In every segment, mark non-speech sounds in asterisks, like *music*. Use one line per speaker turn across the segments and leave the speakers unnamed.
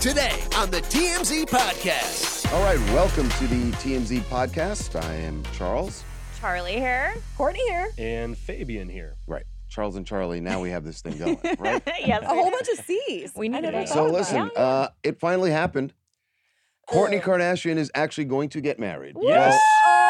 Today on the TMZ Podcast.
All right, welcome to the TMZ podcast. I am Charles.
Charlie here.
Courtney here.
and Fabian here.
Right. Charles and Charlie, now we have this thing
*laughs*
going, right?
yes.
A whole *laughs* bunch of C's.
We
I
need
never
it.
thought
So
about
listen,
it.
uh, it finally happened. Courtney
Ugh.
Kardashian is actually going to get married.
Yes.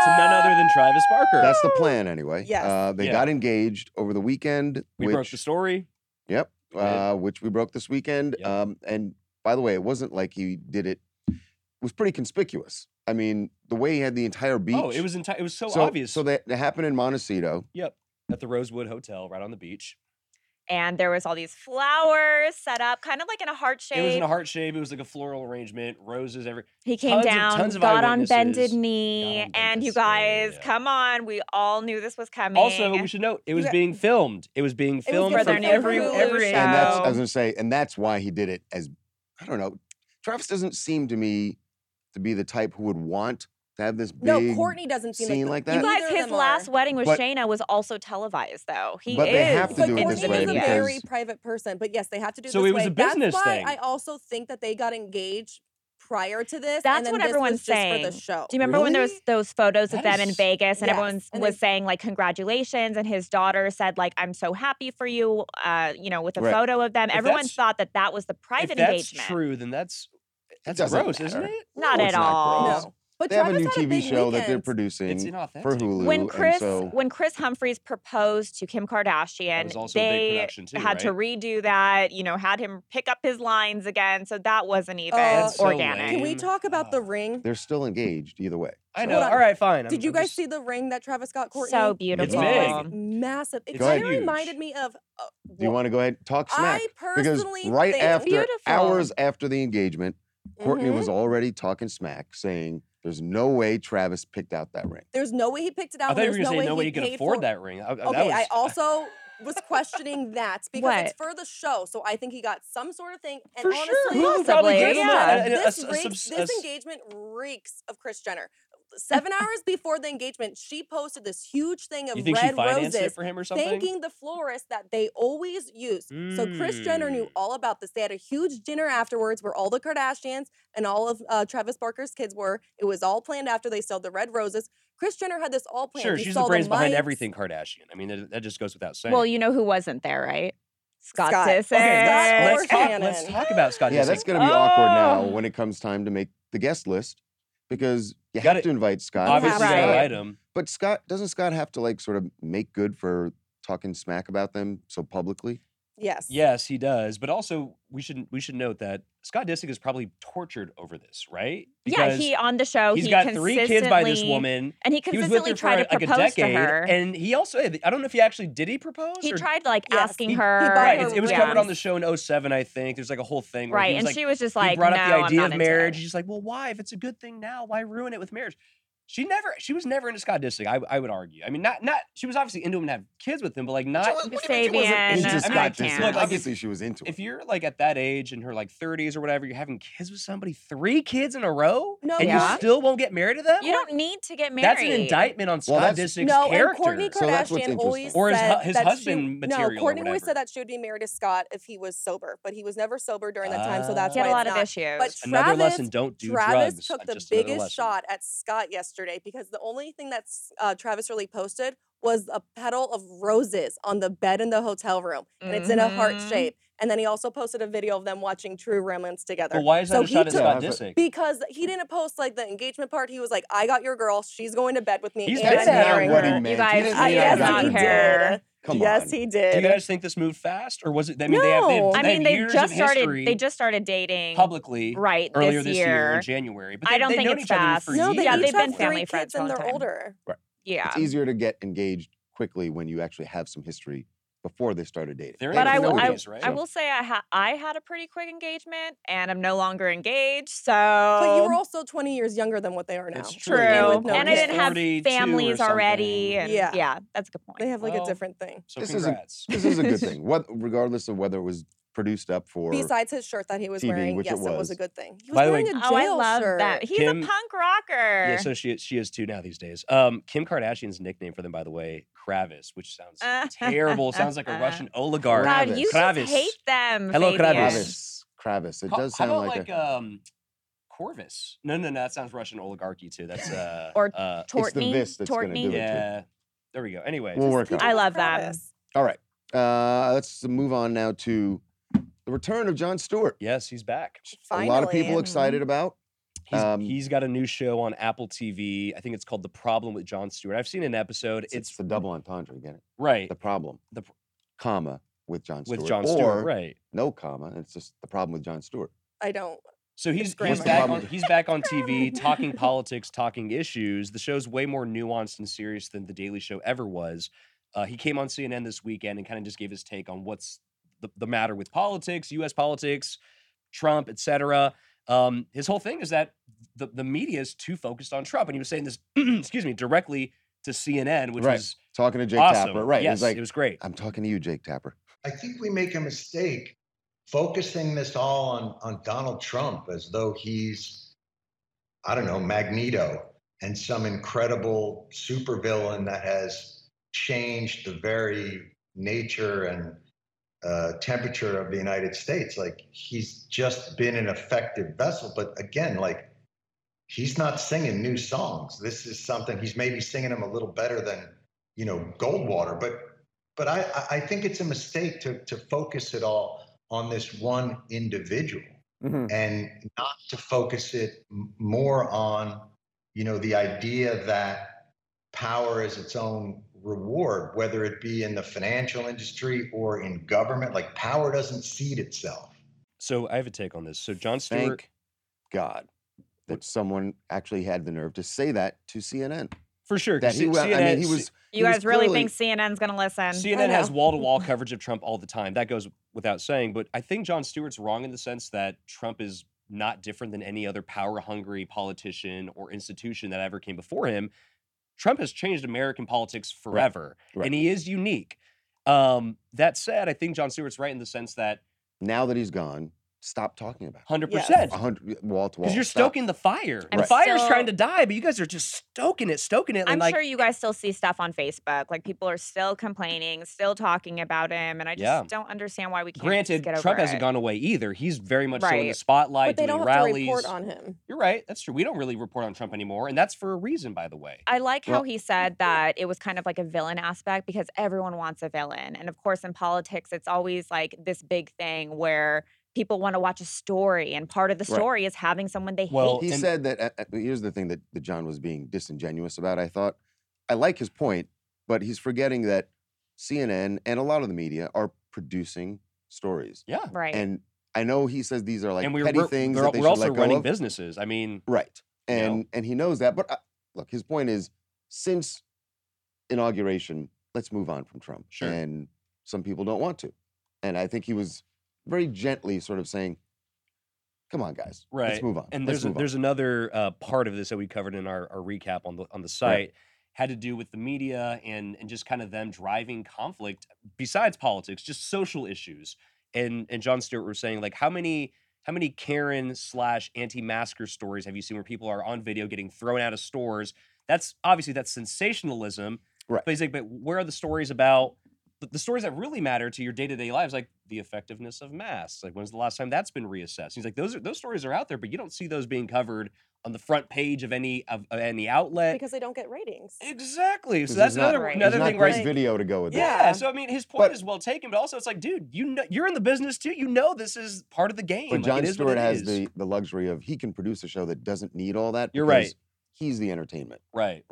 To none other than Travis Barker.
That's the plan anyway.
Yes.
Uh, they
Yeah.
got engaged over the weekend.
we
which,
broke the story.
Yep.
Yeah.
Uh, which we broke this weekend.
Yep.
Um, and by the way, it wasn't like he did it. It was pretty conspicuous. I mean, the way he had the entire beach.
Oh, it was enti- it was so,
so
obvious.
So that, that happened in Montecito.
yep, at the Rosewood Hotel, right on the beach.
And there was all these flowers set up, kind of like in a heart shape.
It was in a heart shape. It was like a floral arrangement, roses. Every
he came
tons of-
down,
tons of
got on
eyewitnesses.
bended knee,
Got on
and you
bended knee,
guys,
yeah.
come on, we all knew this was coming.
also we should note it was
got-
being filmed. It was being filmed
for their
from
new
every
Hulu
every
show.
and that's I was
So-
gonna say, and that's why he did it. As I don't know, Travis doesn't seem to me to be the type who would want to have this big.
no, Courtney doesn't seem
scene
like,
like
the-
that?
you
either
guys,
of
his
them are.
last wedding with
But-
Shayna was also televised, though. He
But
is.
they have to
But
do it
in
this
Courtney
way
the
is a
media.
very
because-
private person, but yes, they have to do it
So
this
it was
way.
a business
That's why
thing.
I also think that they got engaged prior to this.
That's
and then
what
this was
everyone's
just for
saying.
the show.
Do you remember when there was
Really?
those photos of
That
them in
is-
Vegas and
Yes,
everyone
and
was
they-
saying like congratulations and his daughter said like I'm so happy for you uh you know with a
Right.
photo of them.
If
everyone
that's-
thought that that was the private
if that's
engagement.
true, then that's that's
doesn't
gross, isn't
matter.
it?
Not
No,
at
it's not
all.
gross.
No. But
They
Travis
have a new
had
TV
big
show that they're
weekend.
producing
It's inauthentic.
for Hulu.
when
and
Chris
so,
when Chris Humphreys proposed to Kim
That was
Kardashian,
also a big
they
production too.
had to
right?
redo that. You know, had him pick up his lines again. So that wasn't even
Uh,
That's so
organic.
Can we
Name.
talk about the
Oh.
ring?
they're still engaged either way.
I
So-
know.
on.
All right, fine. I'm-
Did you
I'm
guys
just-
see the ring that Travis got Courtney?
so
It's
beautiful.
It's
big.
massive. It
It's
kind of
huge.
reminded me of. Uh,
Do you want to go ahead and talk smack?
I
because
personally
right
think,
after
Beautiful.
hours after the engagement, Courtney
Mhm.
was already talking smack, saying there's no way Travis picked out that ring.
There's no way he picked it
I
out. and
thought you were gonna
there's no
say
way
nobody
he
could
paid
afford
for-
that ring. I, I- Oh, that
Okay, I
*laughs* was-
also was questioning that because it's
What?
for the show, so I think he got some sort of thing. And
For
honestly,
sure.
Who
Who probably
Possibly,
gave him that?
yeah.
A- a- a
this,
s- a
reeks-
subs- a
this
s-
engagement reeks of Chris Jenner. Seven hours before the engagement, she posted this huge thing of
You think she
red
financed it
roses,
for him or something?
thanking the florist that they always use. So Chris Jenner knew
Mm.
all about this. They had a huge dinner afterwards where all the Kardashians and all of uh, Travis Barker's kids were. It was all planned after they sold the red roses. Chris Jenner had this all planned.
Sure,
He
she's
saw
the brains behind
mics.
everything Kardashian. I mean, that, that just goes without saying.
Well, you know who wasn't there, right? Scott,
Scott.
Sisson.
okay, let's,
Or
let's, talk,
Shannon.
let's talk about Scott.
yeah,
Disick.
that's going to be awkward now
Oh.
when it comes time to make the guest list because you
Got
have
it.
to invite Scott.
obviously
Right.
right.
Scott-
item.
But Scott doesn't Scott have to like sort of make good for talking smack about them so publicly?
Yes.
Yes, he does. But also, we should we should note that Scott Disick is probably tortured over this, right?
yeah, he on the show.
he's
he
got three kids by this
consistently-
woman.
and he
He was with
consistently
her for
tried to
like a
propose
decade,
to her.
and he also I don't know if he actually did he propose.
he
or,
tried like
Yes,
asking
he- he
her.
bought
Right,
her
it's- it was
yeah.
covered on the show in 07, I think. There's like a whole thing, where
right,
He was
and
like,
she was just
he
like,
brought up
"No,
the
I'm
idea
not
of
into
marriage.
it."
She's like, well, why? If it's a good thing now, why ruin it with marriage? She never, she was never into Scott Disick. I, I would argue. I mean, not, not. She was obviously into him and have kids with him, but like not.
What do
Just
you mean she wasn't
Fabian,
into
I mean,
Scott
I
Disick?
can't. Look, like,
obviously she was into
If
it.
you're like at that age in her like 30s or whatever, you're having kids with somebody three kids in a row,
No,
and
Yeah.
you still won't get married to them.
You don't need to get married.
That's an indictment on Scott
Well, that's-
Disick's
no,
character.
and Courtney
So
Kardashian
that's what's interesting.
always
Or his hu-
said
his
that she,
husband material or
No, Courtney always
whatever.
said that she would be married to Scott if he was sober, but he was never sober during that time, so that's
He had
why
a lot
it's
of
not.
issues.
But
Ah. another
Travis,
lesson: don't do
Travis
drugs.
took
Uh,
the
just another
biggest
lesson.
shot at Scott yesterday because the only thing that S- uh, Travis really posted was a petal of roses on the bed in the hotel room, and it's in a heart
Mhm.
shape. And then he also posted a video of them watching True Romance together.
But why is that
So
a
he
shot at
took-
Scott
Yeah,
Disick?
because he didn't post like the engagement part. He was like, "I got your girl. She's going to bed with me."
He's
and
been
I'm
there
marrying
what
her."
he
You
meant.
guys,
didn't
Uh,
mean
yes,
I got
not
he
your
her.
girl.
did.
Come
yes,
on.
he
Do
did.
you guys think this moved fast, or was it? I mean, they have. They
No.
have
I mean,
they
they
have years
just
of
started.
history
They just started dating
publicly
right
earlier
this
this
year.
in January. But
I
they,
don't
they've
think
known
it's
each other for
fast.
no,
years.
they
Yeah,
each
they've been
have
*laughs*
family
three
friends
kids and
for a long
they're
time.
older.
yeah,
It's easier to get engaged quickly when you actually have some history before they started dating.
There
But
ain't
I
no
will- I-
days, right?
I
So-
will say I ha- I had a pretty quick engagement and I'm no longer engaged. So
But you were also 20 years younger than what they are now.
It's
Oh. true.
true. They were
And with no
and I
kids.
didn't have
42 or
families already.
something.
And
Yeah.
yeah. that's a good point.
They have like
Well,
a different thing.
So
This isn't-
congrats.
This is a
*laughs*
good
*laughs*
thing, what, regardless of whether it was produced up for.
Besides his shirt that he was
TV,
wearing,
which it
yes, it was a
was.
good thing. He was
By the way-
wearing a jail
Oh, I love
shirt.
that. He's
Kim-
a punk rocker. *laughs*
Yeah, so she she is too now these days. Um, Kim Kardashian's nickname for them, by the way, Kravis, which sounds terrible. Sounds like a
*laughs*
Russian oligarch.
Uh, God, you
Kravis.
just hate them.
Hello,
Fabian.
Kravis.
Kravis. Kravis. It
How-
does
how
sound
about
like, a.
um, Corvus. No, no, no. That sounds Russian oligarchy too. That's uh,
*laughs* Or
uh,
It's the
Tortney.
this that's gonna do it.
yeah. There we go. Anyway,
We'll
just-
work on
People
it.
I
with
love that.
Travis.
All right. Uh, let's move on now to the return of Jon Stewart.
yes, he's back.
Finally.
A lot of
mm-hmm.
people excited about.
He's,
Um,
he's got a new show on Apple TV. I think it's called The Problem with John Stewart. I've seen an episode.
It's,
It's,
the double entendre. Get it?
right
The problem.
The pr-
comma with John Stewart.
with John Stewart,
or
right?
No comma. and It's just the problem with John Stewart.
I don't.
So he's
grammar.
he's
What's the
back,
problem
on,
with-
he's back on TV talking politics, talking issues. The show's way more nuanced and serious than The Daily Show ever was. Uh, he came on CNN this weekend and kind of just gave his take on what's the, the matter with politics, U.S. politics, Trump, etc. Um, his whole thing is that the, the media is too focused on Trump, and he was saying this, *clears throat* excuse me, directly to CNN, which
Right.
was
Talking to Jake
awesome.
Tapper. Right.
Yes,
It's like,
it was great.
I'm talking to you, Jake Tapper.
I think we make a mistake focusing this all on, on Donald Trump as though he's, I don't know, Magneto and some incredible supervillain that has changed the very nature and uh, temperature of the United States. Like he's just been an effective vessel. But again, like he's not singing new songs. This is something he's maybe singing them a little better than, you know, Goldwater. But but I, I- I think it's a mistake to, to focus it all on this one individual
Mm-hmm.
and not to focus it m- more on, you know, the idea that power is its own reward, whether it be in the financial industry or in government. Like power doesn't seed itself.
So I have a take on this. So John Stewart.
Thank God that someone actually had the nerve to say that to CNN.
for sure. 'cause
That he,
C-
well, I mean, he
CNN
was. He
You
was
guys really
clearly-
think CNN's going to listen?
I
CNN has
know.
wall to wall coverage of Trump all the time. That goes without saying. But I think John Stewart's wrong in the sense that Trump is not different than any other power hungry politician or institution that ever came before him. Trump has changed American politics forever,
Right.
and he is unique. Um, that said, I think John Stewart's right in the sense that
Now that he's gone, stop talking about.
100%.
it. A hundred wall to wall.
Because you're
Uh-huh. stop.
stoking the fire.
I'm
The fire's
still-
trying to die, but you guys are just stoking it, stoking it. And
I'm
like,
sure you guys still see stuff on Facebook. Like people are still complaining, still talking about him, and I just
Yeah.
don't understand why we can't. just
granted,
get over
Trump hasn't
it.
gone away either. He's very much still in the
Right.
spotlight,
But they
doing
don't have
rallies.
to report on him.
You're right. That's true. We don't really report on Trump anymore, and that's for a reason, by the way.
I like how
Well-
he said that it was kind of like a villain aspect because everyone wants a villain. And of course, in politics, it's always like this big thing where people want to watch a story. And part of the
Right.
story is having someone they
Well,
hate.
He
and-
said that. Uh, uh, here's the thing that, that John was being disingenuous about. I thought I like his point, but he's forgetting that CNN and a lot of the media are producing stories.
Yeah,
Right.
And I know he says these are like
and we
petty
we're,
things
they're-
that they
we're
should
also
let go
running
of.
businesses. I mean,
Right.
You know.
And and he knows that. But uh look, his point is since inauguration, let's move on from Trump.
Sure.
And some people don't want to. And I think he was very gently sort of saying, "Come on, guys,
Right.
Let's move on."
and
let's
there's a,
move on."
there's another uh, part of this that we covered in our, our recap on the on the site had to do with the media and and just kind of them driving conflict besides politics, just social issues. And and John Stewart was saying like how many how many Karen slash anti-masker stories have you seen where people are on video getting thrown out of stores? That's obviously that's sensationalism.
Right.
But he's like, but where are the stories about the, the stories that really matter to your day-to-day lives, like the effectiveness of masks. Like when's the last time that's been reassessed? He's like, those are those stories are out there, but you don't see those being covered on the front page of any of, of any outlet.
Because they don't get ratings.
exactly. So
This
that's
is not-
another
Right.
There's
another
not
thing where
great
it's-
video to go with that.
yeah.
Yeah.
So I mean, his point
But-
is well taken, but also it's like, dude, you know, you're in the business too. You know, this is part of the game.
But
Like,
John
it is what
Stewart
it
has
is.
the, the luxury of he can produce a show that doesn't need all that.
You're right.
because He's the entertainment,
right.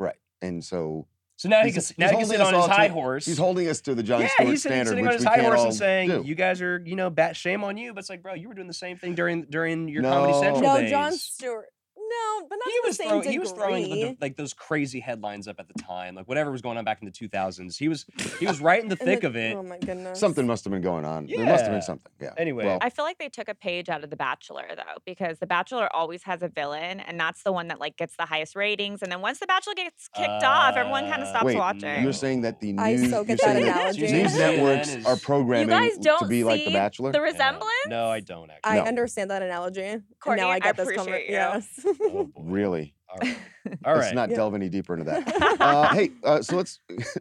and so
So now he
He's-
can
he's
now he can
holding
sit
us
on his
all to-
high horse.
he's holding us to the John
yeah,
Stewart
he's sitting,
standard,
sitting
which
on his
we
high
can't
horse
all
and saying,
do.
"You guys are, you know, bat shame on you." But it's like, bro, you were doing the same thing during during your Comedy
No.
Central
No,
days.
John Stewart. No, No, but not
Oh, he
to the
was,
same
throw-
degree.
he was throwing the, like those crazy headlines up at the time, like whatever was going on back in the 2000s. He was he was right in the
*laughs* In
thick
the-
of it.
Oh my goodness.
Something must have been going on. There must have
Yeah.
been something. Yeah.
Anyway.
Well,
I feel like they took a page out of The Bachelor though, because The Bachelor always has a villain, and that's the one that like gets the highest ratings. And then once The Bachelor gets kicked off, everyone kind
Uh,
of stops
wait,
watching.
you're saying that the
I
news,
so get
you're
that
saying that
analogy.
news
Seriously,
networks
that is-
are
You
programming
guys
to
don't
be like The
see
Bachelor.
the
Yeah.
resemblance?
No, I don't actually.
I *laughs*
No.
understand that analogy.
Courtney,
and now I
I
got this comment.
appreciate you.
*laughs*
Yes.
Oh, boy.
really?
All
*laughs*
right. All
Let's
right.
not
Yeah.
delve any deeper into that.
*laughs*
*laughs*
uh, hey, uh, so let's. *laughs*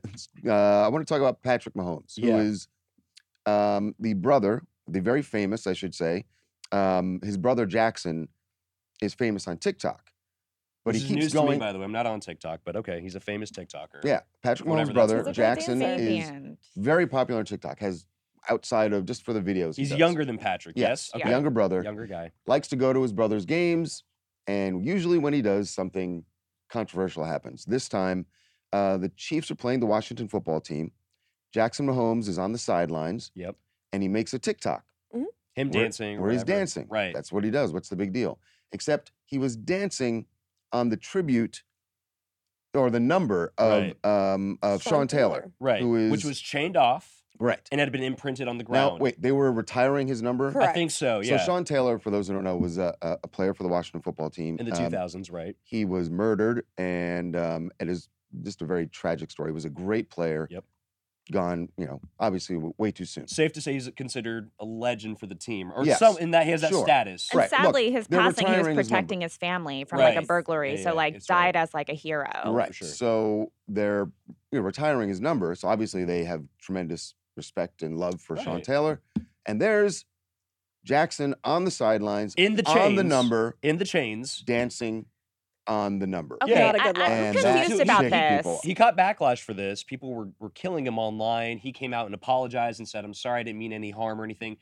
uh, I want to talk about Patrick Mahomes, who
Yeah.
is um, the brother, the very famous, I should say. Um, his brother Jackson is famous on TikTok, but
This
he
is
keeps
news to me,
going.
by the way. I'm not on TikTok, but okay, he's a famous TikToker.
yeah, Patrick
Whatever
Mahomes'
that's
brother
called. He's a good
Jackson
dancer.
is
Fabian.
very popular on TikTok. Has outside of just for the videos, he
He's
does.
younger than Patrick. Yes.
Yes,
Yeah.
Okay.
younger brother
Younger guy.
likes to go to his brother's games, and usually when he does, something controversial happens. This time, uh, the Chiefs are playing the Washington football team. Jackson Mahomes is on the sidelines,
Yep.
and he makes a TikTok
Him
where-
dancing. or
where he's
whatever.
dancing.
Right.
that's what he does. What's the big deal? Except he was dancing on the tribute or the number of um, of Sean, Taylor.
right.
who is-
Which was chained off
Right
and had been imprinted on the
now,
ground.
wait, they were retiring his number.
Correct.
I think so.
So
Yeah.
Sean Taylor, for those who don't know, was a, a a player for the Washington football team
in the
Um,
2000s, right?
he was murdered and um, it is just a very tragic story he was a great player
Yep.
gone you know obviously w- way too soon
Safe to say he's considered a legend for the team, or
Yes.
some in that he has that
Sure.
status.
And
Right, look,
sadly, his
they're
passing, he was
retiring his number.
protecting his, family from like
Right.
a burglary,
Yeah,
so
yeah,
like
it's right.
died as like a hero.
right
Oh, sure.
so they're you know, retiring his number so obviously they have tremendous respect and love for sean
Right.
taylor and there's jackson on the sidelines
In the chains.
on the number
In the chains.
dancing on the number
Okay,
Yeah.
Not a good
I,
look.
am
And
that
confused
too,
about
shaking
this.
people
He caught backlash for this. People were, were killing him online. He came out and apologized and said, I'm sorry, I didn't mean any harm or anything.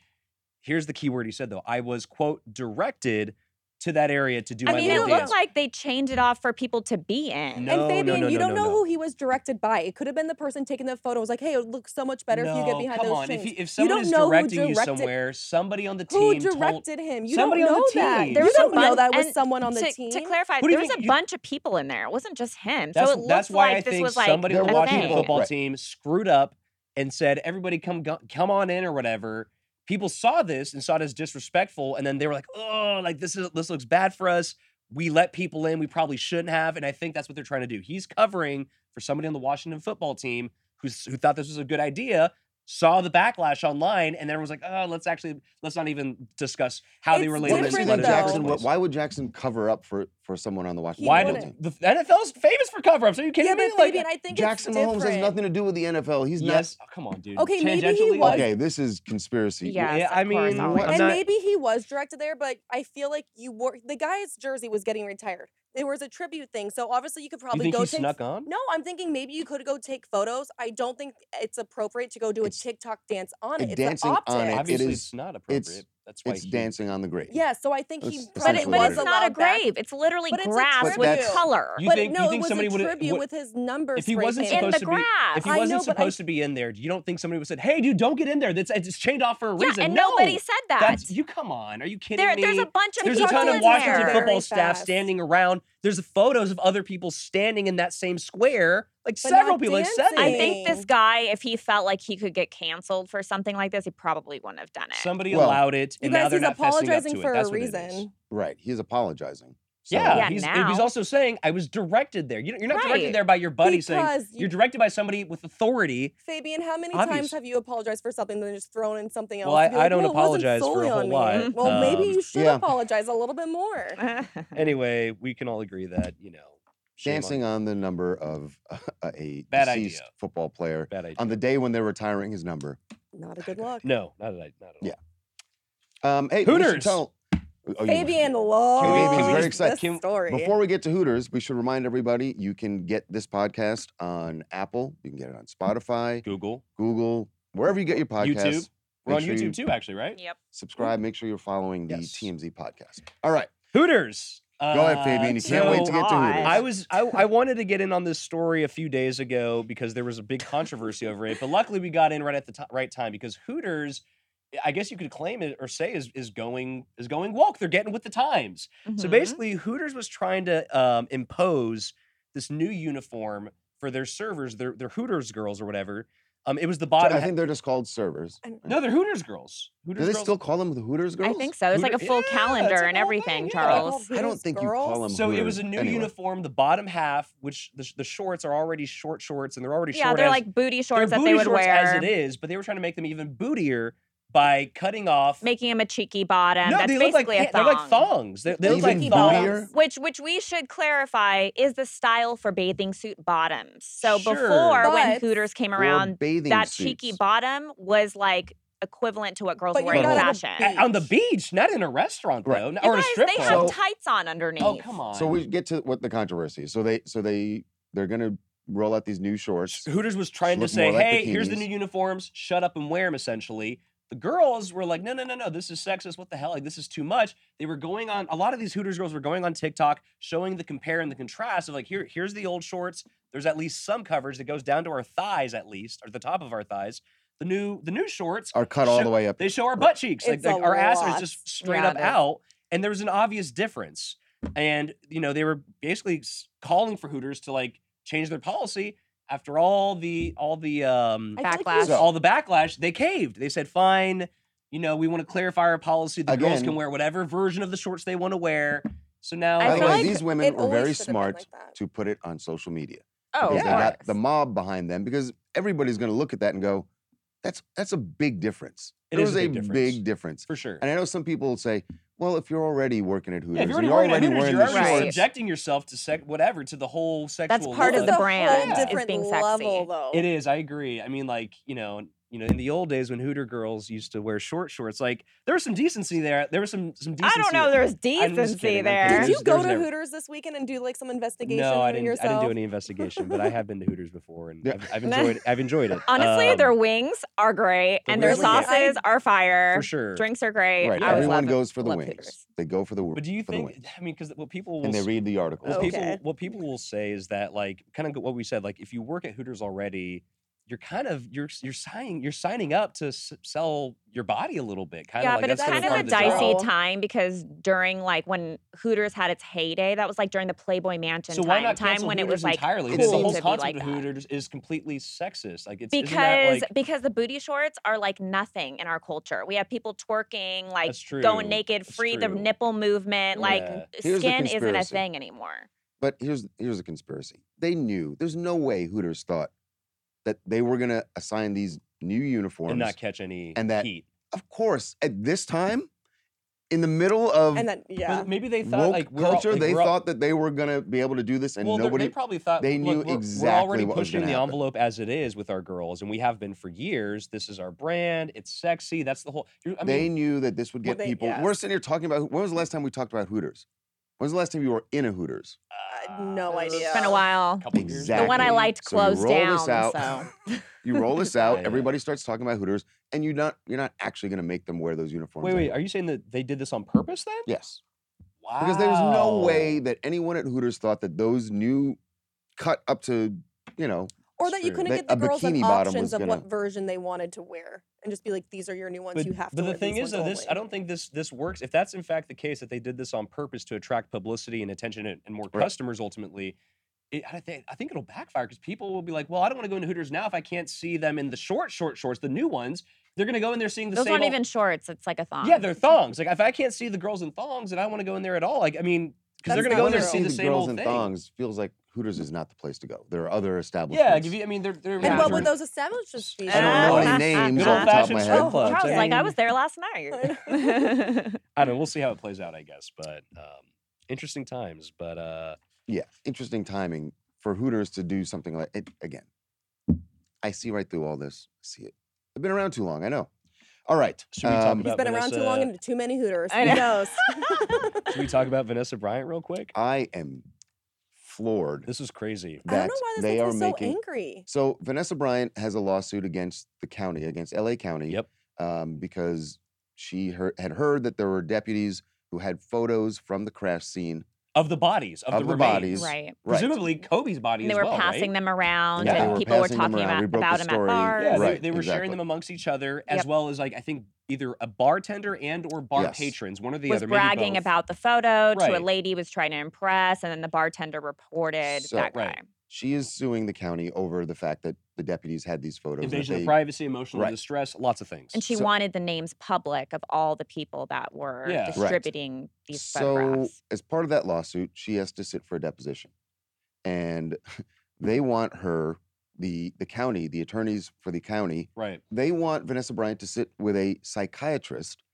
Here's the key word he said, though I was, quote, directed to that area to do
I
my
mean, it
little
looked
dance.
like they chained it off for people to be in.
No, no,
and Fabian,
no,
you
no,
don't
no, no.
know who he was directed by. It could have been the person taking the photo. It was like, hey, it looks so much better if you get
No,
behind
come
those
on.
chains.
If, he- if
you
someone
don't
is
know who
directing you
directed-
somewhere, somebody on the team
Who
told.
directed him? You
somebody on
don't
the
know that.
team.
You
There
was a
don't know
bunch-
that was
and
someone on the
to,
team.
to clarify,
Who do you
there was
think
a
you-
bunch of people in there. It wasn't just him.
That's,
so it looks
that's why
like
I
this
think
was like
somebody
There
on
a
the
were
Washington
thing.
people.
football
Right.
team screwed up and said, "Everybody, come go- come on in" or whatever. People saw this and saw it as disrespectful, and then they were like, "Oh, like this is this looks bad for us. We let people in we probably shouldn't have." And I think that's what they're trying to do. He's covering for somebody on the Washington football team who's, who thought this was a good idea. Saw the backlash online, and everyone's like, "Oh, let's actually let's not even discuss how they
It's
What
related."
makes
to
you
different,
think
though.
Jackson,
What-
would- why would Jackson cover up for, for someone on the Washington
Why
football
wouldn't.
did
team?
the NFL's famous for cover ups? Are you kidding
yeah,
me?
but
Like,
Fabian, I think
Jackson
it's
Mahomes
different.
has nothing to do with the NFL. He's not
yes. Oh, come on, dude.
Okay, maybe he
Tangentially,
was-
like-
Okay, this is conspiracy.
Yes,
Yeah,
of
I
course,
mean,
always.
I'm
and
not-
maybe he was directed there, but I feel like you were the guy's jersey was getting retired. There was a tribute thing, so obviously you could
You
probably
think
go
he
take.
snuck on?
No, I'm thinking maybe you could go take photos. I don't think it's appropriate to go do a
It's-
TikTok dance on
a
it. It's
dancing
an
on it.
optic.
Obvi-
Obviously,
is-
it's not appropriate.
it's-
That's why
It's
he-
dancing on the grave.
Yeah, so I think he
That's
probably
But,
essentially
it,
what
but
it
it's
is.
not a
allowed back.
grave. It's literally
But it's a
grass
tribute.
with
That's-
color
You
but
think-
no,
you think
it
somebody
was a
would've-
tribute
what-
with his numbers.
If he wasn't
in
supposed
the
to
grass.
be, if he
I
wasn't
know, but I-
supposed to be in there, you don't think somebody would said, "Hey, dude, don't get in there. That's it's chained off for a
Yeah,
reason."
and
no,
nobody said that.
That's you. Come on, are you kidding
there,
me?
there's a bunch of
There's a
people
ton
in
of Washington
there.
football
Very
staff
fast.
standing around. There's photos of other people standing in that same square. Like
But
several
not
people, like
dancing.
seven.
I think this
thing.
guy, if he felt like he could get canceled for something like this, he probably wouldn't have done it.
somebody
Well,
allowed it,
You
and now
guys,
they're
he's
not fessing up to
apologizing
it.
for
That's
a
what it is.
reason.
Right. He's apologizing. So-
Yeah,
Yeah,
he's,
now.
he's also saying I was directed there. You, are not
Right.
directed there by your buddy saying
Because you-
you're directed by somebody with authority
Fabian, how many
Obvious.
times have you apologized for something and then just thrown in something else?
Well, I-
and be like,
I don't
"Well, it wasn't
apologize for a
solely
whole
on me."
lot.
Well, maybe
Um,
you should
yeah.
apologize a little bit
*laughs*
more.
anyway, we can all agree that you know shame on-
dancing on the number of *laughs* uh, a
Bad
deceased
idea.
football player
bad idea.
on the day when they're retiring his number.
Not a good look.
no, not at, not at all.
Yeah. Um, hey, we should
Hooters.
tell- Oh, you-
Fabian loves
Fabian's
very
excited.
this
Can-
story.
Before we get to Hooters, we should remind everybody you can get this podcast on Apple, you can get it on Spotify,
Google.
Google, wherever you get your podcasts.
YouTube. We're
Make
on
sure you
YouTube too, actually, right?
*laughs* yep.
Subscribe. Make sure you're following the
Yes.
TMZ podcast. All right,
Hooters. uh,
go ahead, Fabian. You can't wait to get to
God.
Hooters.
I was I, I wanted to get in on this story a few days ago because there was a big controversy over it, but luckily we got in right at the ti right time because Hooters I guess you could claim it or say is is going is going woke. They're getting with the times. So
Mhm.
basically, Hooters was trying to um, impose this new uniform for their servers, their, their Hooters girls or whatever. Um, it was the bottom.
I think they're just called servers.
And-
no, they're Hooters girls. Hooters
Do they
girls.
still call them the Hooters girls?
I think so. There's like a
Hooter-
full
Yeah, it's
calendar
like
and
a whole thing,
everything,
yeah.
Charles.
I don't think you call them.
so it was a
Hooters.
new
Anyway,
uniform. The bottom half, which the, sh- the shorts are already short shorts, and they're already
Yeah,
short
they're
as-
like booty
they're
shorts that
booty
they would
shorts
wear,
as it is, but they were trying to make them even bootier by cutting off.
making him a cheeky bottom.
no,
That's
they look like
basically
pant-
a
they're
thong.
like thongs. They, they look like
Even
thongs.
bootier?
Which, which we should clarify, is the style for bathing suit bottoms. So
Sure.
before, when
But-
Hooters came
wore
around,
bathing
that cheeky
suits.
bottom was like equivalent to what girls
But
wore
you
in
gotta
have a
fashion.
big-
A- on the beach, not in a restaurant
Right.
though, n-
You
or in a
guys,
strip
they
club.
have tights on underneath.
oh come on!
So we get to what the controversy. is. So they so they they're gonna roll out these new shorts.
Hooters was trying to
look
say,
more like
"Hey, here's the
bikinis.
new uniforms. Shut up and wear them." Essentially, the girls were like, "No, no, no, no. This is sexist. What the hell? Like, this is too much." They were going on. A lot of these Hooters girls were going on TikTok, showing the compare and the contrast of like, "Here, here's the old shorts. There's at least some coverage that goes down to our thighs, at least, or the top of our thighs. The new, the new shorts
Are cut all
Show-
the way up.
They show our butt cheeks. Like,
It's
like
a
our ass is
lot.
just straight
Yeah,
up
it is.
out. And there was an obvious difference. And, you know, they were basically s- calling for Hooters to like change their policy. After all the all the um
I feel like
Backlash.
you-
So-
all the backlash, they caved. They said, fine, you know, we want to clarify our policy. The girls can
Again-
wear whatever version of the shorts they want to wear. So now
I
By the
they-
way,
feel like
these
it
women were
always
very
should have been
smart
like that.
to put it on social media
Oh,
because
of
they got the
course.
mob behind them because everybody's gonna look at that and go, "That's that's a big difference."
It
There
is a
was
big difference.
difference.
for sure.
And I know some people will say, "Well, if you're already working at Hooters,
Yeah, if you're
and
already wearing, a Hooters,
wearing
you're
the
already
Right.
shorts,
subjecting yourself to sex, whatever, to the whole sexual.
That's part of
It's
the
look.
a
brand
whole
is
different
being sexy.
level, though.
Oh.
It is. I agree. I mean, like you know, you know, in the old days when Hooter girls used to wear short shorts, like there was some decency there. There was some some
I
decency.
don't know. There's
I'm just
decency
kidding, I'm
there.
kidding.
Did
There's-
you go
there's
to
never-
Hooters this weekend and do like some investigation
no, I didn't.
yourself?
I didn't do any investigation, but I have been to Hooters before, and
Yeah.
I've,
*laughs*
I've enjoyed. I've enjoyed it.
Honestly, their
Um,
wings are great
the
and their
wings
are great.
sauces are fire.
for sure.
Drinks are great.
right?
I always
Everyone
love-
goes for the
love
wings.
Hooters.
They go for the.
But do you
for the
think?
wings.
I mean, because what people will
And they
s-
read the articles.
what
Okay.
people what people will say is that like kind of what we said like if you work at Hooters already you're kind of you're you're signing you're signing up to s- sell your body a little bit kind
yeah,
of like
but it's
that's
kind of
part
a
the job.
dicey
job.
time because during like when Hooters had its heyday, that was like during the Playboy Mansion
So
time,
why not
time
cancel
when it
Hooters
was like
entirely?
cool
Then the whole
to be
concept
like
of
that.
Hooters is completely sexist. Like it's isn't that,
because
like,
because the booty shorts are like nothing in our culture. We have people twerking, like
That's true.
going naked,
That's
free the
true.
nipple movement.
Yeah.
Like
Here's the
skin isn't a
conspiracy.
thing anymore.
But here's here's a conspiracy. They knew there's no way Hooters thought that they were gonna assign these new uniforms.
and not catch any
and that-
heat?
of course, at this time, in the middle of
And then yeah,
But maybe they thought
woke
like we're all-
culture,
like,
they
we're all-
thought that they were gonna be able to do this, and
well, they're-
nobody.
they probably thought
they
"Look,
knew
we're, we're
exactly
already
what was
pushing
gonna
the
happen."
envelope as it is with our girls, and we have been for years. This is our brand. It's sexy. That's the whole. you're- I mean,
they knew that this would
Well,
get
they-
people.
yes.
We're sitting here talking about. When was the last time we talked about Hooters? When was the last time you were in a Hooters?
Uh, no
uh,
idea.
It's been a while.
couple years.
Exactly.
The one I liked
So you
closed
roll
down.
this out.
So
*laughs* You roll this out.
*laughs* Yeah.
Everybody starts talking about Hooters, and you're not you're not actually going to make them wear those uniforms.
Wait, wait.
anymore.
Are you saying that they did this on purpose then?
Yes,
Wow.
because there's
Oh.
no way that anyone at Hooters thought that those new cut up to you know
or that you
true.
couldn't
That
get the
a
girls an
bikini bottom
options
was
of
gonna-
what version they wanted to wear, and just be like, these are your new ones.
But,
you have to.
but the
wear
thing
these
is,
ones
though, this
only."
I don't think this this works. If that's in fact the case that they did this on purpose to attract publicity and attention and, and more
Right.
customers ultimately, it, I, think, I think it'll backfire because people will be like, "Well, I don't want to go into Hooters now if I can't see them in the short short shorts, the new ones. They're gonna go in there seeing the
those
same."
aren't
old-
even shorts. It's like a thong.
yeah, they're thongs. Like if I can't see the girls in thongs, and I want to go in there at all. Like I mean, because they're
That's
gonna go
not
in there and see
true.
see
the,
the
same
girls
old
in
thing.
thongs feels like Hooters is not the place to go. There are other establishments.
Yeah, give you. I mean, they're they're.
And what
Bathroom.
*laughs*
would those establishments be?
I don't know
Ah.
any names
Good
off the top of
old-fashioned
my
strip
head.
clubs.
Charles,
I
like I
mean-
was there last *laughs* night.
I don't know. We'll see how it plays out, I guess. But um, interesting times. But uh,
Yeah, interesting timing for Hooters to do something like it again. I see right through all this. I see it. I've been around too long. I know. All right.
Should we talk
um,
about-
He's been around too long
Vanessa-
and too many Hooters.
I know.
Who
*laughs*
knows?
should we talk about Vanessa Bryant real quick?
I am floored
This is crazy.
I don't
that
know why this
they
makes
are
me so
making.
angry.
So Vanessa Bryant has a lawsuit against the county, against LA County.
Yep.
Um, because she heard, had heard that there were deputies who had photos from the crash scene
of the bodies of,
Of
the,
the
remains.
bodies,
right.
Right.
Presumably Kobe's body
And they
as
were
well, right?
passing them around,
Yeah, they
and
were
people were
passing them
talking
around.
about,
We broke
about
the
him
story.
at bars.
Yeah, they-
Right,
they, were sharing
exactly.
them amongst each other as
Yep.
well as like I think either a bartender and or bar
Yes.
patrons, one or the
was
other. maybe
bragging
both.
about the photo to a
Right.
lady was trying to impress, and then the bartender reported
So-
that guy.
Right.
She is suing the county over the fact that the deputies had these photos. and that
invasion
they-
of privacy, emotional
Right.
distress, lots of things.
And she
So-
wanted the names public of all the people that were
Yeah. Correct.
distributing these
So,
photographs.
as part of that lawsuit, she has to sit for a deposition, and *laughs* they want her, the the county, the attorneys for the county,
right.
they want Vanessa Bryant to sit with a psychiatrist,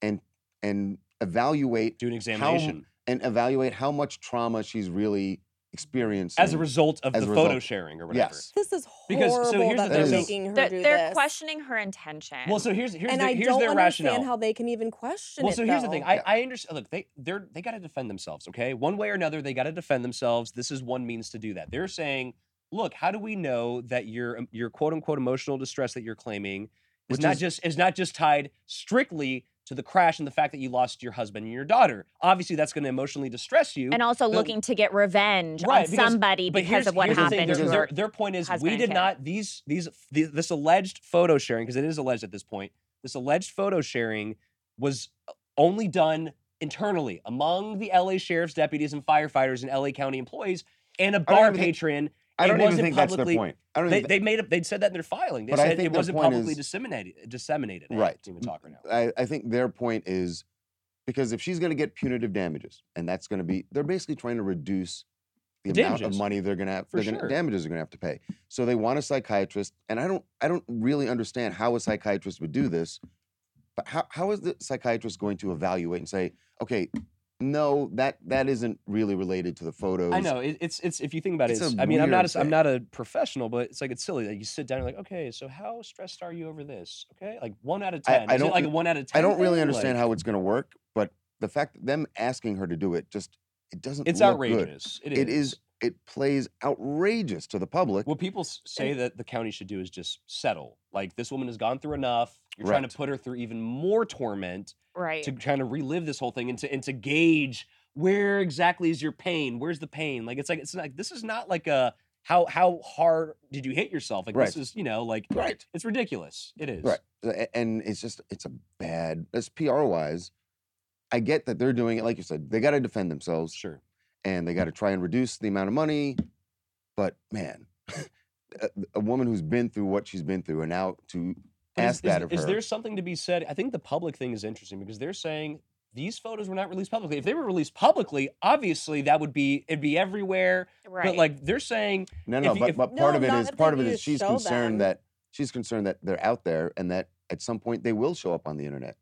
and and evaluate
Do an examination
and evaluate how much trauma she's really experiencing
as a result of the
Mm. as a
photo
result.
sharing or whatever.
Yes,
This is horrible
Because- so here's
the
that they're
thing, so-
making her
They're,
do
they're
this.
questioning her intention.
Well, so here's here's
and
their,
I
here's
don't
their
understand
rationale.
how they can even question
well,
it.
so here's the
though.
thing. I,
Yeah.
I understand. Look, they they're they got to defend themselves. Okay, one way or another, they got to defend themselves. This is one means to do that. They're saying, look, how do we know that your um, your quote unquote emotional distress that you're claiming is
Which
not
is-
just is not just tied strictly to the crash and the fact that you lost your husband and your daughter. Obviously, that's going to emotionally distress you.
and also
but-
looking to get revenge
Right,
on
because-
somebody
But
because
here's-
of what
here's the thing,
happened
their,
to
their-
her.
their point is
husband
we
and
did
kid.
not these these the, this alleged photo sharing because it is alleged at this point. This alleged photo sharing was only done internally among the LA sheriff's deputies and firefighters and LA county employees and a
don't
bar
even think-
patron.
I
It
don't even
wasn't
think that's their
publicly-
point. I don't
They,
think
they made up. They said that in their filing. They
But I
said
think
it
their
wasn't
point
publicly
is-
disseminated. Disseminated. I
Right.
can't even talk right now.
I, I think their point is because if she's going to get punitive damages, and that's going to be, they're basically trying to reduce the amount of
Damages.
money they're going to have.
For
they're gonna-
sure.
Damages are going to have to pay. So they want a psychiatrist, and I don't, I don't really understand how a psychiatrist would do this. But how, how is the psychiatrist going to evaluate and say, okay, no, that that isn't really related to the photos.
I know it, it's it's if you think about it,
It's a
it's- I mean, I'm not
weird
a, I'm
thing.
not a professional, but it's like it's silly that you sit down and you're like, okay, so how stressed are you over this? Okay, like one out of
I-
ten.
I
Is it
don't
like a
re-
one out of ten.
I don't really
thing?
understand
Like,
how it's going to work, but the fact that them asking her to do it just it doesn't.
it's
look good.
outrageous. It is.
It is. It plays outrageous to the public.
What people s- say that the county should do is just settle. Like this woman has gone through enough. You're trying to
Right.
put her through even more torment
right.
to kind of relive this whole thing and to and to gauge where exactly is your pain? Where's the pain? Like it's like it's like this is not like a how how hard did you hit yourself? Like
Right.
this is you know like
Right.
It's ridiculous. It is.
Right. A- And it's just it's a bad as PR wise. I get that they're doing it, like you said, they gotta defend themselves
Sure.
and they gotta try and reduce the amount of money. But man, *laughs* a, a woman who's been through what she's been through and now to
But
ask
is,
that
is,
of
is
her.
there something to be said? I think the public thing is interesting because they're saying these photos were not released publicly. If they were released publicly, obviously that would be it'd be everywhere.
right.
But like they're saying,
no, no,
if you-
but,
if-
but part
No,
of it
not
is
if they
part of
do
it
is
is she's
show them.
concerned that she's concerned that they're out there and that at some point they will show up on the internet.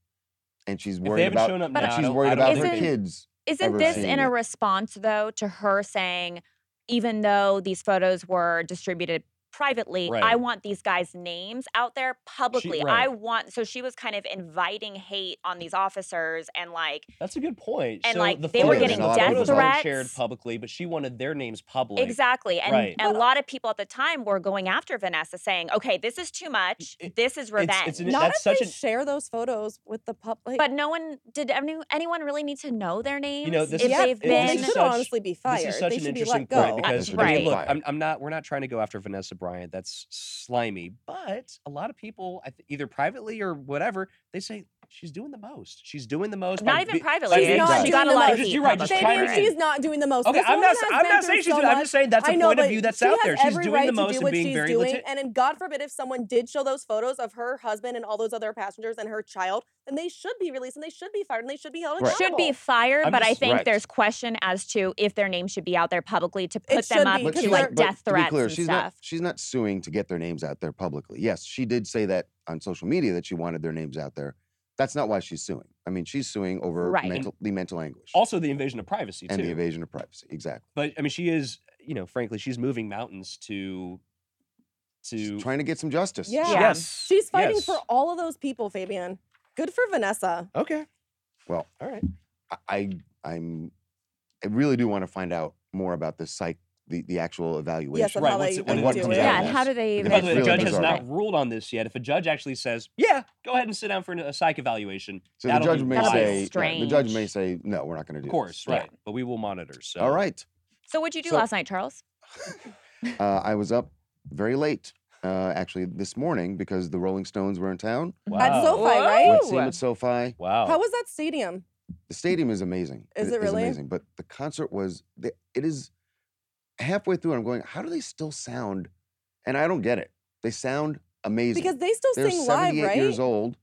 And she's
if they
worried
haven't
about
shown up
But
now,
and
I
she's
don't- I
worried
don't
about
think
her
they-
Isn't-
kids.
Isn't
ever
this
seen
in a
it.
response though to her saying, even though these photos were distributed privately,
Right.
I want these guys' names out there publicly. I
right.
want so she was kind of inviting hate on these officers and like
That's a good point.
And,
so
like,
the
they were
photos-
getting
the
death
photos weren't
threats.
shared publicly, but she wanted their names public.
exactly. And,
Right.
and a lot of people at the time were going after Vanessa saying, Okay, this is too much.
It-
this is revenge.
it's an-
Not
That's
if they
such an-
share those photos with the public.
but no one did any, anyone really need to know their names
know, this
if
is-
they've
it- this
they
been
is
should
such-
honestly be fired.
This is such
they
an
should be
interesing
let
point
go.
because
Uh,
I mean,
right.
look,
Fired.
I'm, I'm not. We're not trying to go after Vanessa Bryant. That's slimy. But a lot of people, I th- either privately or whatever, they say she's doing the most. She's doing the most. by
not even
be-
privately.
by
She's
being
not
private.
doing the most.
Just- You're right. Just
Fabian,
try
Fabian,
to.
she's not doing the most.
Okay,
This
I'm
woman
not.
has
I'm
been
not
through
saying she's
so
doing. I'm
much.
just saying that's a
I know,
point of
but
view that's
she
out
has
there. She's
every
doing
right
the most
to do
and
what
being
she's
very
doing.
litigious.
And then God forbid if someone did show those photos of her husband and all those other passengers and her child, then they should be released and they should be fired and they should be held
Right.
should
accountable.
be fired,
I'm
but I
just-
think
Right.
there's question as to if their name should be out there publicly to put them
should
up
be,
But
because
to
she's
they're-
like
not- but
death
to be
threats
clear,
and
she's
stuff.
Not, she's not suing to get their names out there publicly. Yes, she did say that on social media that she wanted their names out there. That's not why she's suing. I mean, she's suing over
Right. And
mental, the mental anguish
Also, the invasion of privacy
and
too.
the invasion of privacy. Exactly.
but I mean, she is. You know, frankly, she's moving mountains to
She's
to.
trying to get some justice.
Yeah.
Yeah.
Yes,
She's fighting
yes.
for all of those people, Fabian. Good for Vanessa.
Okay.
Well,
All right.
I, I I'm I really do want to find out more about this psych the, the actual evaluation.
Yes, of
Right,
how
what's
they
it- what
they
what
do
comes
it.
out
Yeah,
of
and
this.
how do they?
And
And
that's
by
evaluate
the way, the
really
that?
judge has
bizarre.
not ruled on this yet. If a judge actually says, "Yeah, go ahead and sit down for an- a psych evaluation,"
So
that'll
the judge
be
may
wild.
That'll be
say yeah, the judge may say
strange.
no, we're not going to do.
"Of
this."
course,
Yeah.
right?" But we will monitor. So,
All right.
So what'd you do
So-
last night, Charles?
Uh, I was up very late uh, actually this morning because the Rolling Stones were in town.
Wow.
At SoFi, right?
Went
Whoa.
to see them at SoFi.
Wow.
How was that stadium?
The stadium is amazing.
Is it really?
amazing? But the concert was the- it is halfway through. I'm going, how do they still sound? And I don't get it. They sound amazing.
Because they still
they're
sing
78
live, right?
years old.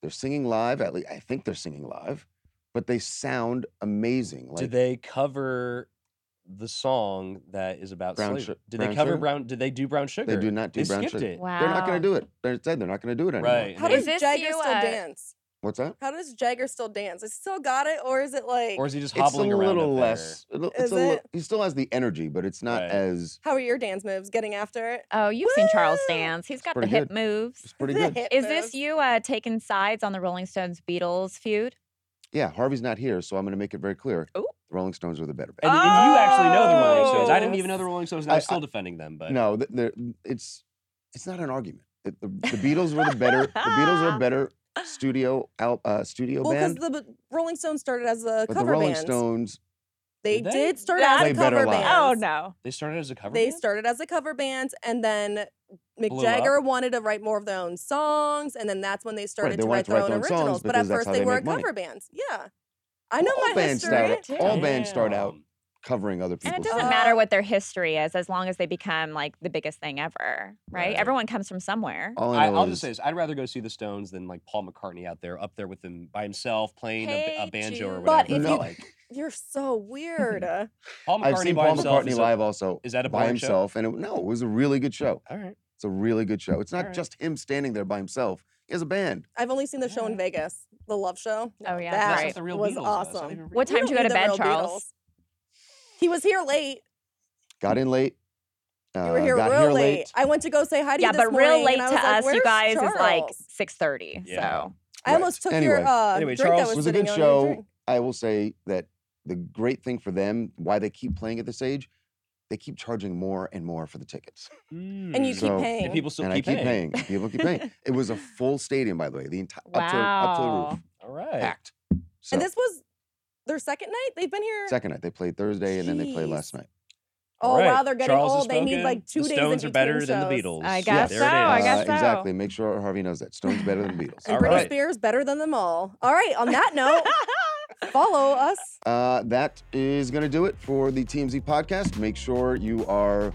They're singing live. At least I think they're singing live, but they sound amazing. Like
did they cover the song that is about
Brown
slavery?
Su-
Did
Brown
they cover
Sugar?
brown? Did they do brown sugar?
do not do
they
Brown
skipped
Sugar.
It.
Wow.
they're not going to do it. They said they're not going to do it anymore.
Right.
How
They-
does
Is this
Jagger
you
still
at-
dance?
What's that?
How does Jagger still dance? Is he still got it, or is it like?
Or is he just
It's a
hobbling around?
little
up
less. it'll- It's
Is
a little,
it?
he still has the energy, but it's not
Right.
as.
how are your dance moves? Getting after it.
Oh, you've seen Charles
Woo!
dance. He's got the
pretty
hip
good. It's
moves.
pretty
The *laughs*
good.
hip
Is this
moves.
you uh, taking sides on the Rolling Stones Beatles feud?
Yeah, Harvey's not here, so I'm going to make it very clear.
Oh.
Ooh.
The Rolling Stones are the better
There?
band.
Ah.
And, and you actually know the Rolling Stones. I didn't
Oh.
even know the Rolling Stones. And I,
I-
am still defending them, but
no, th- they're- it's it's not an argument. The, the, the Beatles were the better. the Beatles are a
*laughs*
better studio al- uh, studio
Well, because
band.
the B- Rolling Stones started as a
but the
cover
Rolling
band.
Stones,
They
Did they?
did start
That-
as
Play
a
better
cover
live.
band.
Oh no.
they started as a cover.
They
band?
started as a cover band, and then Mick
Blew
Jagger
up.
wanted to write more of their own songs, and then that's when they started
they
to
wanted
write
to
their
write
own
their own songs
originals. But at
because that's
first
how
they
they
were a
make money.
cover band. Yeah, I know
all
my
bands
history.
start all bands start out
Damn.
covering other
And it
people's.
doesn't
Uh,
matter what their history is, as long as they become like the biggest thing ever, right?
Right.
Everyone comes from somewhere.
All I
I,
know
I'll
is
just say this: I'd rather go see the Stones than like Paul McCartney out there, up there with him by himself playing a, ba-
Hey,
a banjo or
Jude.
whatever.
But if
No.
you-
like,
You're
*laughs*
so weird. Uh,
Paul McCartney
I've seen
by
Paul
himself
McCartney
is a-
live also
is that a
by
boring show?
himself, and it, no, it was a really good show.
All right.
It's a really good show. It's not
Alright.
just him standing there by himself. He has a band.
I've only seen the show in
Alright.
Vegas, the Love Show.
Oh, yeah,
that
That's
Right.
not the real
was
Beatles. though. It's not
awesome.
even real.
What time
We
did you
don't
go to
need
bed,
the real
Charles?
Beatles. He was here late.
Got in late.
You
uh,
were here
got
real
here
late.
late.
I went to go say hi to
yeah,
you this
but
morning,
real
and
late to
I was like,
us, you
"Where's
guys, is like
Charles?"
six thirty.
Yeah.
So
I almost took
Right.
your
Anyway.
uh,
Anyway,
drink
Charles
that was,
was a
sitting
good
on your
show.
drink.
I will say that the great thing for them, why they keep playing at this age, they keep charging more and more for the tickets.
And
Hmm.
Mm.
you
So-
keep
And
paying.
and people still
and
keep,
I keep
paying.
paying. and People keep
*laughs*
*laughs*
paying. It was a full stadium, by the way. The entire up to up to the
wow.
roof,
All right.
packed. So
and this was their second night. They've been here.
second night they played Thursday, and then they played
Jeez.
last night.
Oh
All right.
wow, they're getting
Charles has
old. They need
spoken.
like two
the
days.
Stones
in
are better
between
than the
shows.
Beatles.
I guess
there
so, I
It is.
guess
Uh,
so.
Exactly. Make sure Harvey knows that Stone's better than Beatles.
And
All
Britney
right.
Spears better than them all. All right. On that note,
*laughs*
follow us.
Uh, that is going to do it for the TMZ podcast. Make sure you are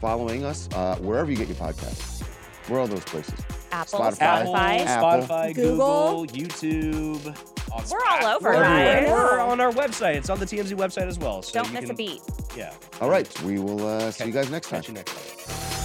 following us uh, wherever you get your podcasts. Where are all those places?
Apple,
Spotify.
Apple,
Spotify.
Apple.
Spotify,
Google.
Google, YouTube. on
We're all over,
We're everywhere.
guys.
We're on our website. It's on the TMZ website as well. So
Don't
you
miss a
can-
beat.
Yeah.
All right. We will uh, see you guys next time.
Catch you next time.